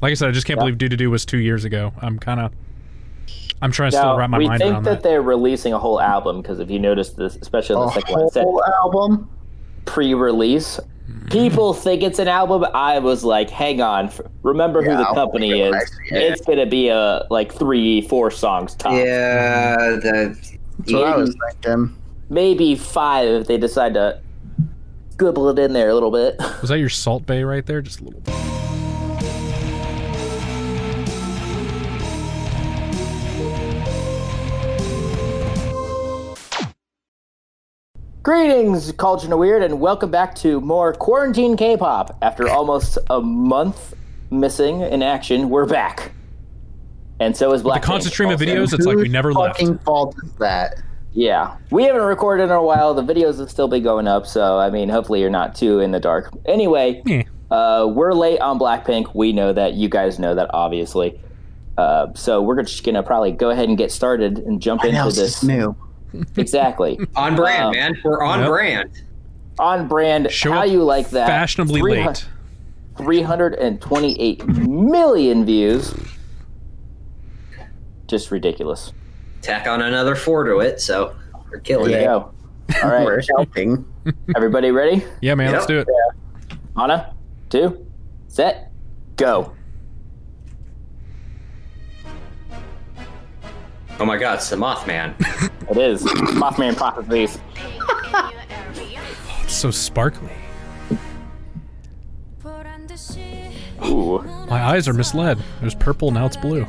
Like I said, I just can't Yeah. believe Do To Do was two years ago. I'm kind of, I'm trying to still wrap my we mind think around that. that, they're releasing a whole album because if you notice this, especially on A the second one, whole it said album. pre-release. People Mm-hmm. think it's an album. I was like, hang on, f- remember Yeah, who the I'll company think is. of it. It's gonna be a like three, four songs top. Yeah, the That's what I was thinking. Maybe five if they decide to scribble it in there a little bit. Was that your Salt Bay right there? Just a little. bit. Greetings, Culture and Weird, and welcome back to more quarantine K-pop. After almost a month missing in action, we're back. And so is The Black. constant stream of videos. It's Whose like we never left. fucking fault is that? Yeah, we haven't recorded in a while. The videos have still been going up, so I mean, hopefully you're not too in the dark. Anyway, Yeah. uh, we're late on Blackpink. We know that. You guys know that, obviously. Uh, so we're just gonna probably go ahead and get started and jump What into else is this. new? Exactly on brand, Um, man. We're on Yep. brand. on brand. Show how up you like that? Fashionably 300 late. 328 million views. Just ridiculous. Tack on another four to it, so we're killing There Yeah. you it. go. All right, We're helping. everybody ready? Yeah, man. Let's Yep. do it. On a two, set, go. Oh my God, it's the Mothman. It is Mothman Prophecies. It's so sparkly. Ooh, My eyes are misled. It was purple. Now it's blue.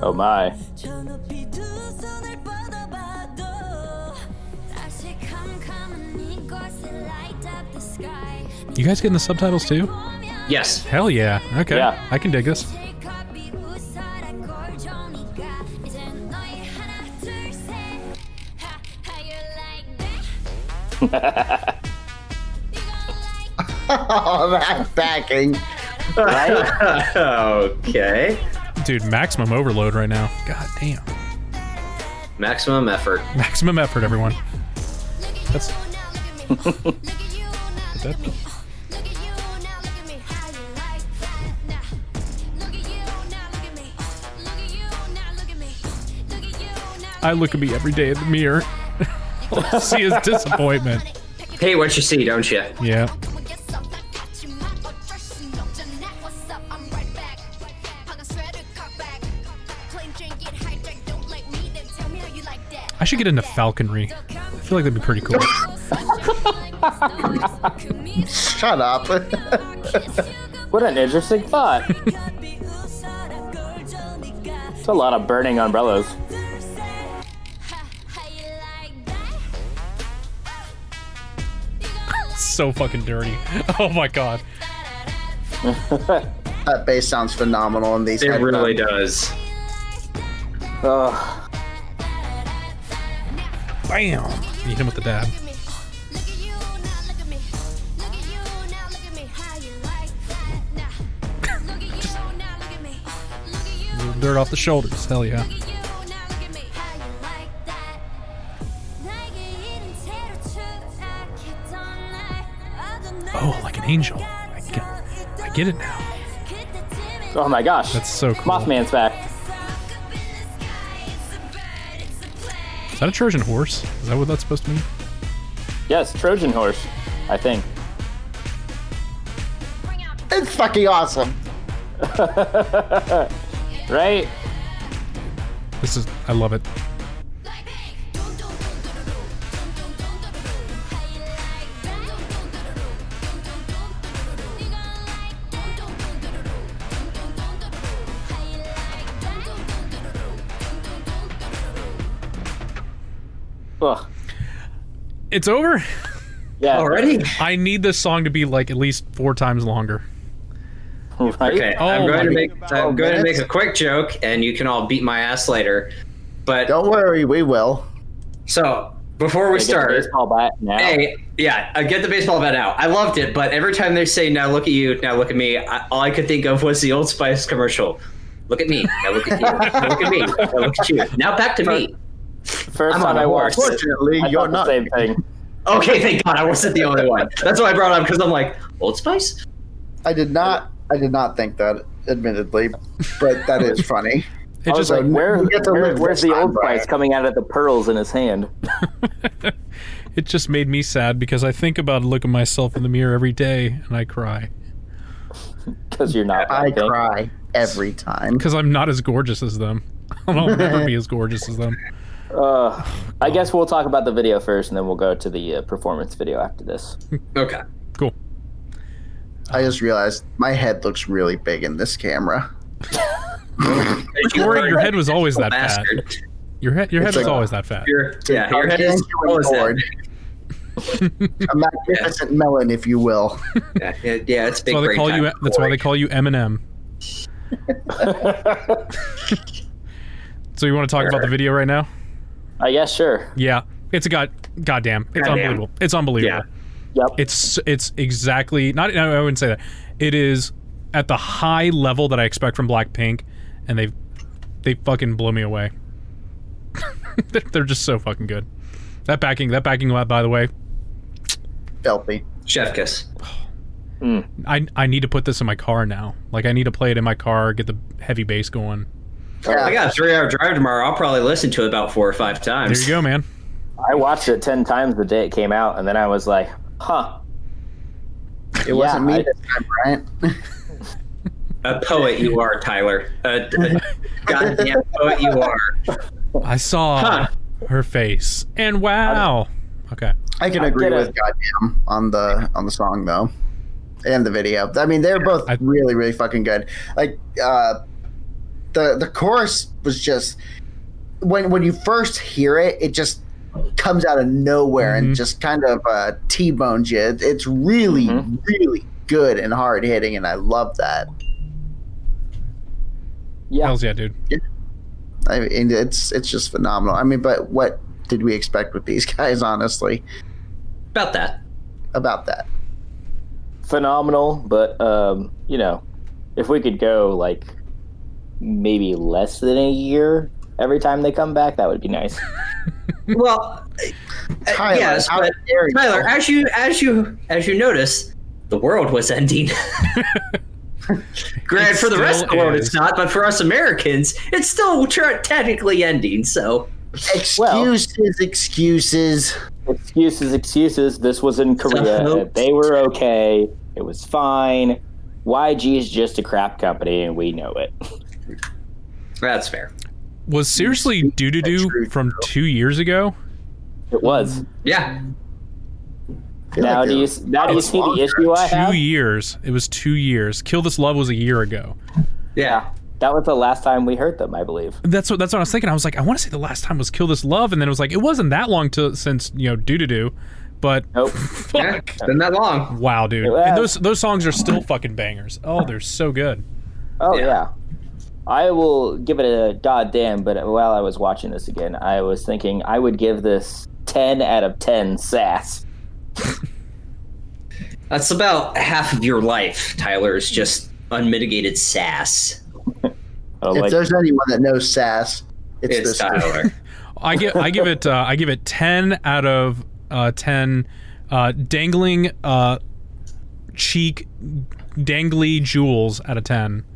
oh my. You guys getting the subtitles too? yes. Hell yeah. Okay. Yeah. I can dig this. oh, that backing. Right? okay. Dude, maximum overload right now. God damn. Maximum effort. Maximum effort, everyone. That's- that- I look at me every day in the mirror. All I see is disappointment. Hey, what you see, don't you? Yeah. I should get into falconry. I feel like that'd be pretty cool. Shut up. What an interesting thought. It's a lot of burning umbrellas. so fucking dirty. Oh my god. that bass sounds phenomenal in these. It really headphones. does. Ugh. Bam. You hit him with the dab. Little dirt off the shoulders. Hell yeah. Oh, like an angel. I get, I get it now. Oh my gosh. That's so cool. Mothman's back. Is that a Trojan horse? Is that what that's supposed to mean? Yes, Trojan horse, I think. It's fucking awesome. Right? This is. I love it. Ugh. It's over. Yeah. Already? I need this song to be like at least four times longer. Right? Okay, Oh I'm going to my- make I'm Oh, going to make minutes? a quick joke, and you can all beat my ass later. But Don't worry, we will. so before we They get the start, baseball bat now. hey, yeah, uh, get the baseball bat out. I loved it, but every time they say "now look at you," "now look at me," I, all I could think of was the Old Spice commercial. Look at me. Now look at you. Now look at me. Now look at you. Now back to me. First I'm time on a I horse. watched it, Fortunately, I you're thought the not. same thing. Okay, thank God I wasn't the only one. That's why I brought it up because I'm like Old Spice. I did not. I did not think that, admittedly, but that is funny. It just Also, Where, We get to where- live where's this the time, old Brian. price coming out of the pearls in his hand? it just made me sad because I think about a look at myself in the mirror every day and I cry Because you're not. I Blackpink. cry every time. because I'm not as gorgeous as them. I'll never be as gorgeous as them. Uh, I guess we'll talk about the video first, and then we'll go to the uh, performance video after this. Okay. Cool. I just realized my head looks really big in this camera. Corey, your head was always that fat. Bastard. Your head, your head It's was like- always that fat. Your, yeah, your head is Going always that forward. a magnificent melon, if you will. Yeah, it- yeah, it's That's big. why they brain call you. E, time. That's why they call you Eminem. so you want to talk about the video right now? I guess sure. Yeah, it's a god. Goddamn, it's Goddamn. unbelievable. It's unbelievable. Yeah. Yep. It's it's exactly not. no, I wouldn't say that. It is at the high level that I expect from Blackpink, and they they fucking blew me away. they're, they're just so fucking good. That backing, that backing lot, by the way. Filthy. chef kiss. I I need to put this in my car now. Like I need to play it in my car, get the heavy bass going. I Yeah, got a three-hour drive tomorrow. I'll probably listen to it about four or five There times. you go, man. I watched it ten times the day it came out, and then I was like, "Huh, it wasn't me I- this time, Brian. A poet you are, Tyler. A, a goddamn poet you are. I saw Huh. her face, and wow. Okay, I can I agree get with it. "Goddamn" on the on the song though, and the video. I mean, they're both I- really, really fucking good. Like uh, the the chorus was just when when you first hear it, it just comes out of nowhere Mhm. and just kind of uh, t bones you. It- It's really, Mm-hmm. Mhm. really good and hard hitting, and I love that. yeah." hells yeah, dude. I mean, it's it's just phenomenal. I mean, but what did we expect with these guys? Honestly, About that. about that. phenomenal, but um, you know, if we could go like maybe less than a year every time they come back, that would be nice. Well, uh, Tyler, yes, how but dare you. Tyler, as you as you as you notice, the world was ending. Granted, It for the rest still of the world, it's is. not, but for us Americans, it's still tra- technically ending. So Well- Excuses, excuses. excuses, excuses. This was in Korea. hoax. They were okay. It was fine. YG is just a crap company, and we know it. that's fair. Was seriously doo doo doo true, from two years ago? It was. Yeah, Now do you now do you It's see the longer. issue I Two have? years. It was two years. Kill This Love was a year ago. yeah. That was the last time we heard them, I believe. That's what that's what I was thinking. I was like, I want to say the last time was Kill This Love, and then it was like it wasn't that long to since you know doo doo doo, but Nope. yeah. fuck. It's been that long. Wow, dude. It was. And those those songs are still fucking bangers. Oh, they're so good. Oh Yeah. yeah. I will give it a goddamn, but while I was watching this again, I was thinking I would give this 10 out of 10 sass. That's about half of your life, Tyler. Is just unmitigated sass. Oh, If like, there's anyone that knows sass, it's, It's this. guy. Tyler. I give I give it uh, I give it ten out of uh, ten. Uh, dangling uh, cheek, dangly jewels out of ten.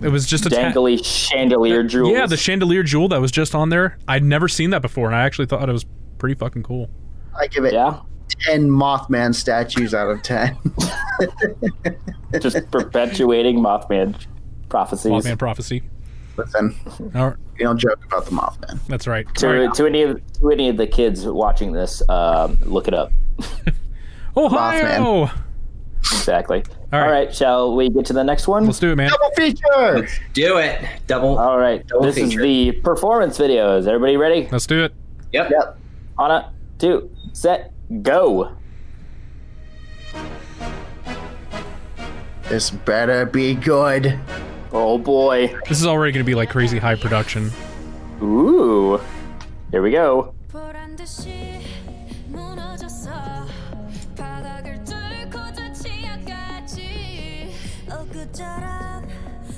It was just a ten- dangly chandelier jewels. Yeah, the chandelier jewel that was just on there. I'd never seen that before, and I actually thought it was pretty fucking cool. I give it yeah, ten Mothman statues out of ten. just perpetuating Mothman prophecies. Mothman prophecy. Listen, All right, we don't joke about the Mothman. that's right. All To, right. to any of to any of the kids watching this, um, look it up. Oh, Ohio. Exactly. All right. All right, shall we get to the next one? Let's do it, man. Double feature. Do it. Uh, Double. All right, Double this feature. is the performance videos. Everybody ready? Let's do it. yep. Yep. On a two, set, go. This better be good. Oh boy. This is already going to be like crazy high production. Ooh. Here we go. 보란 듯이 무너졌어 바닥을 뚫고 저 지하까지 엊그처럼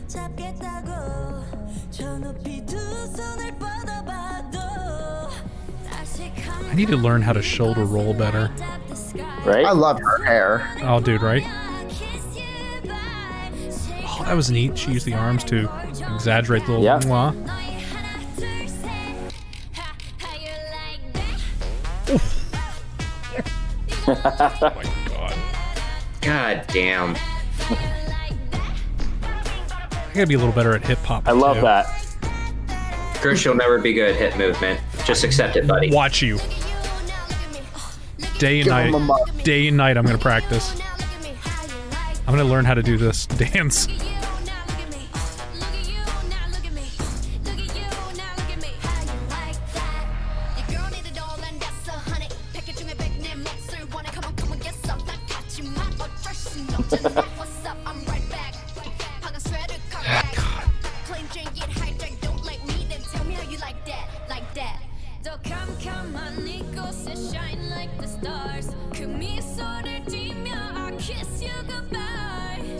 잡겠다고 저 높이 두 손을 뻗어봐도 다시 I need to learn how to shoulder roll better. right? I love her hair. Oh, dude, right? Oh, that was neat. She used the arms to exaggerate the little Yeah. mwah. Oh my god. God damn. I gotta be a little better at hip hop. I love that. Gersh, you'll never be good at hip movement. Just accept it, buddy. Watch you. Day and Give him night. a mug. Day and night, I'm gonna practice. I'm gonna learn how to do this dance.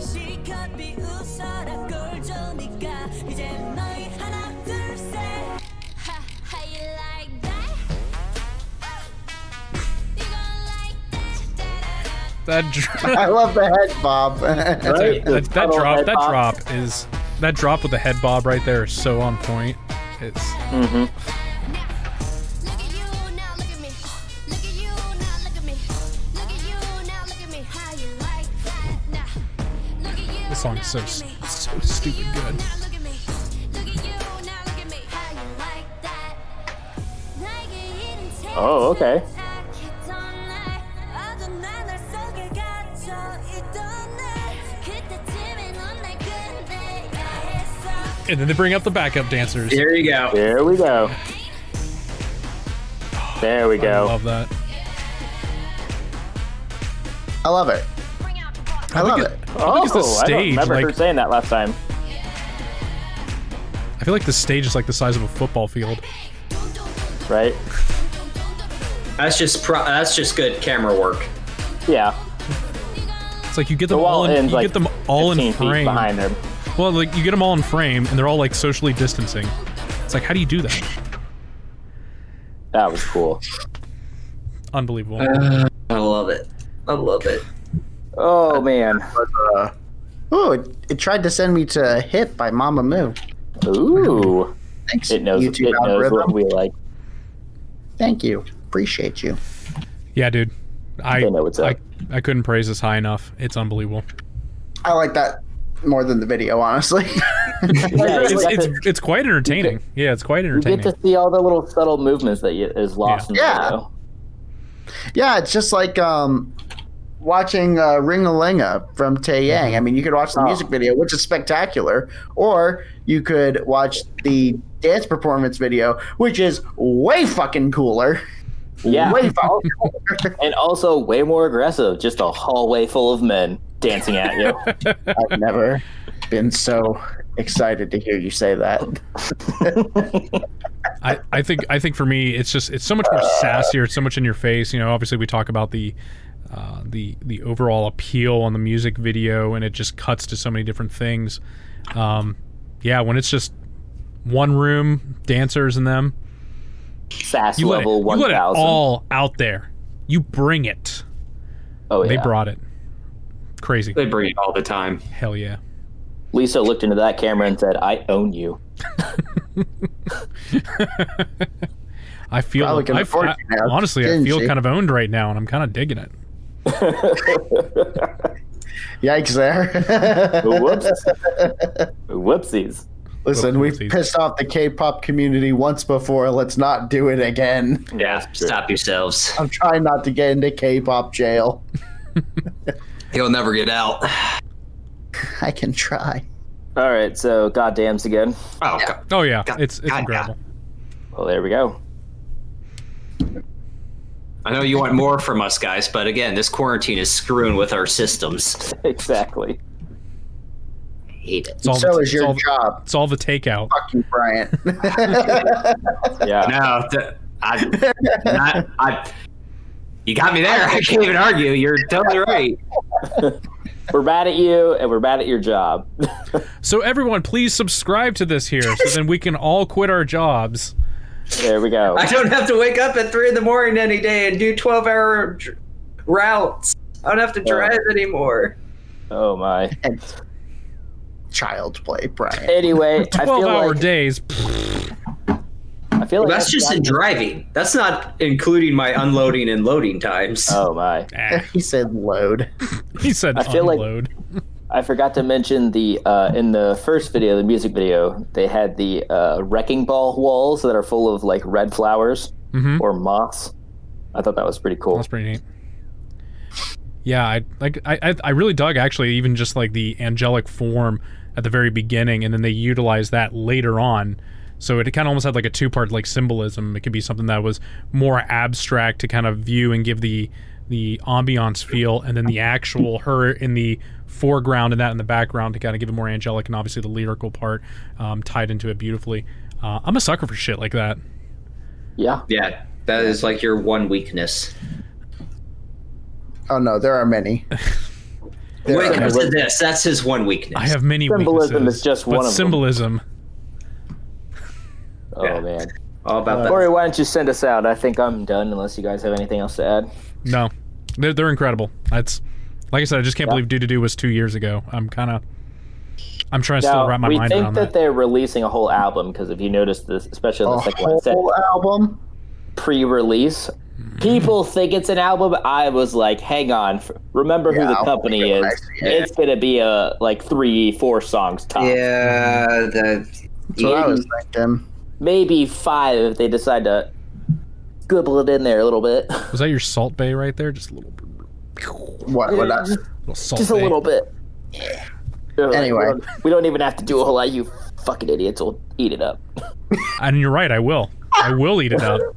시커피 웃어라 꼴 좋으니까 이제 너희 하나 둘셋 Ha, how you like that? You gon' like that? That dr- I love the head bob. Right? that, The that subtle drop head that bob. drop is that drop with the head bob right there is so on point. It's Look at you now, look at me. Look at you now, look at me. Look at you now, look at me. How you like that? Nah. Look at you. this song's so s- so stupid good. Now look at me. Look at you now, look at me. How you like that? Like it didn't take Oh, okay. I kept on like 어둠 나날 속에 갇혀 있던 날 그때쯤엔 on that good day. 나에서 And then they bring up the backup dancers. There you go. There we go. There we I go. love that. I love it. Bring out the box. I love think it. Oh, it's the I don't stage, remember her like- saying that last time. I feel like the stage is like the size of a football field. Right? That's just pro- that's just good camera work. Yeah. It's like you get The them all wall in, ends you like get them all 15 in feet frame. behind them. Well, like you get them all in frame, and they're all like socially distancing. It's like, how do you do that? That was cool. Unbelievable. Uh, I love it. I love it. Oh man. Uh, oh, it, it tried to send me to Hit by Mama Moo. Ooh. Thanks, It knows. YouTube it knows algorithm. what we like. Thank you. Appreciate you. yeah, dude. I They know what's I, up. I couldn't praise this high enough. It's unbelievable. I like that more than the video, honestly. Yeah, It's you get it's, to- it's quite entertaining. Yeah, it's quite you get entertaining. to see all the little subtle movements that you, is lost Yeah. in the Yeah. video. yeah, it's just like um, watching uh, Ring a Linga from Tae Yang. I mean, you could watch the Oh. music video, which is spectacular, or you could watch the dance performance video, which is way fucking cooler. Yeah. Way fucking cooler. And also way more aggressive. Just a hallway full of men dancing at you. I've never been so excited to hear you say that. I, I think I think for me, it's just it's so much more sassier. It's so much in your face. You know, obviously we talk about the. Uh, the the overall appeal on the music video and it just cuts to so many different things. Um, yeah, when it's just one room dancers and them, Sass you let, it, level you one let it thousand. all out there. You bring it. Oh yeah. They brought it. Crazy. They bring it all the time. Hell yeah. Lisa looked into that camera and said, "I own you." I feel Probably can I- afford I- you now, honestly I didn't feel she? kind of owned right now and I'm kind of digging it. Yikes there. Whoops. Whoopsies. Listen, we've Whoopsies. pissed off the K-pop community once before. Let's not do it again. Yeah, stop yourselves. I'm trying not to get into K-pop jail. He'll never get out. I can try. All right. So goddamns again. Oh, God. Oh yeah, God- it's it's God, incredible. Well, there we go. I know you want more from us guys, but again, this quarantine is screwing with our systems. Exactly. I hate it. It's all so the, is it's your all, job. It's all the takeout. Fuck you, Bryant. Yeah. No, th- I, not, I, you got me there. I can't even argue. You're totally right. We're mad at you, and we're mad at your job. So everyone, please subscribe to this here, so then we can all quit our jobs There we go. I don't have to wake up at three in the morning any day and do twelve-hour dr- routes. I don't have to drive anymore. Oh my. and child play, Brian. Anyway, I feel Twelve hour like days. Pfft, I feel like That's I've just in gotten- driving. That's not including my unloading and loading times. Oh my. eh. He said load. He said I feel like- unload. I forgot to mention the uh, in the first video, the music video, they had the uh, wrecking ball walls that are full of like red flowers mm-hmm. or moss. I thought that was pretty cool. That's pretty neat. Yeah, I like I I- I really dug actually even just like the angelic form at the very beginning, and then they utilized that later on. So it kind of almost had like a two part like symbolism. It could be something that was more abstract to kind of view and give the the ambiance feel, and then the actual her in the foreground and that in the background to kind of give it more angelic, and obviously the lyrical part um, tied into it beautifully. Uh, I'm a sucker for shit like that. Yeah. Yeah, that is like your one weakness. Oh no, there are many. There When it are comes many. to this, that's his one weakness. I have many Symbolism weaknesses, is just but one of them. symbolism. Oh Yeah. man. all Uh, about that. Corey, why don't you send us out? I think I'm done unless you guys have anything else to add. No, they're they're incredible. That's like I said. I just can't believe Do to Do was two years ago. I'm kind of I'm trying to still wrap my we mind think around that that. they're releasing a whole album because if you notice this, especially in A the second one, it said whole album. pre-release. Mm-hmm. People think it's an album. I was like, hang on, f- remember who Yeah, the I'll company think is. about it. Yeah. It's gonna be a like three, four songs top. Yeah, the That's what I was thinking. Maybe five if they decide to scribble it in there a little bit. Was that your Salt Bay right there? Just a little, What? what I, little Salt Just a Bay. little bit. They're like, Anyway. we don't, we don't even have to do a whole lot. You fucking idiots will eat it up. And you're right. I will. I will eat it up They're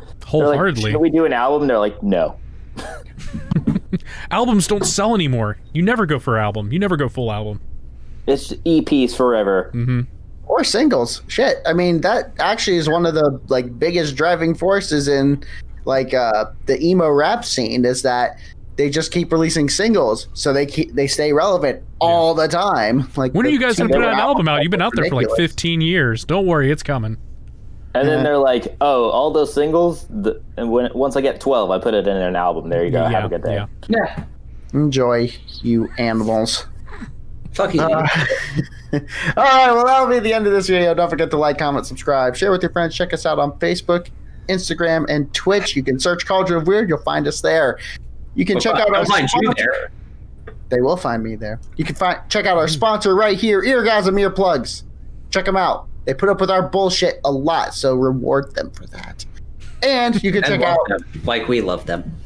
like, wholeheartedly. Should we do an album? They're like, no. Albums don't sell anymore. You never go for album. You never go full album. It's just EPs forever. Mm-hmm. or singles. Shit. I mean, that actually is one of the like biggest driving forces in like uh the emo rap scene is that they just keep releasing singles, so they keep they stay relevant all the time. Like, When are the you guys gonna put single out an album out? You've been out there for like ridiculous. 15 years. Don't worry, it's coming. And then they're like, "Oh, all those singles." Th- and when once I get twelve, I put it in an album. There you go. Have a good day. yeah. yeah. Enjoy, you animals. Uh, Fuck you. Uh, All right, well, that'll be the end of this video. Don't forget to like, comment, subscribe, share with your friends. Check us out on Facebook, Instagram, and Twitch. You can search Cauldron of Weird. You'll find us there. You can check out I'll our find you sponsor- there. They will find me there. You can find check out our sponsor right here, Eargasm Earplugs. Check them out. They put up with our bullshit a lot, so reward them for that. And you can And check love out them, like we love them.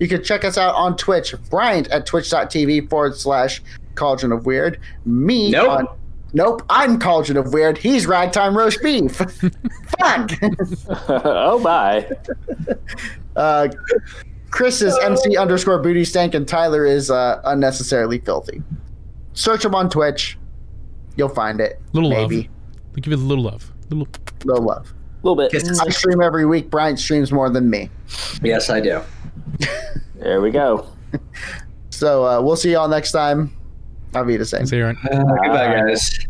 you can check us out on Twitch, Bryant at twitch.tv forward slash Cauldron of Weird. Me Nope. on Nope, I'm Cauldron of Weird. He's Ragtime Roast Beef. Fuck. oh my! Uh, Chris is MC underscore booty stank, and Tyler is uh, unnecessarily filthy. Search him on Twitch. You'll find it. Little Maybe. love. We give it a little love. Little. Little love. A little bit. Kisses. I stream every week. Brian streams more than me. Yes, I do. There we go. So uh, we'll see y'all next time. I'll be the same. See you, Aaron. Uh, goodbye, guys.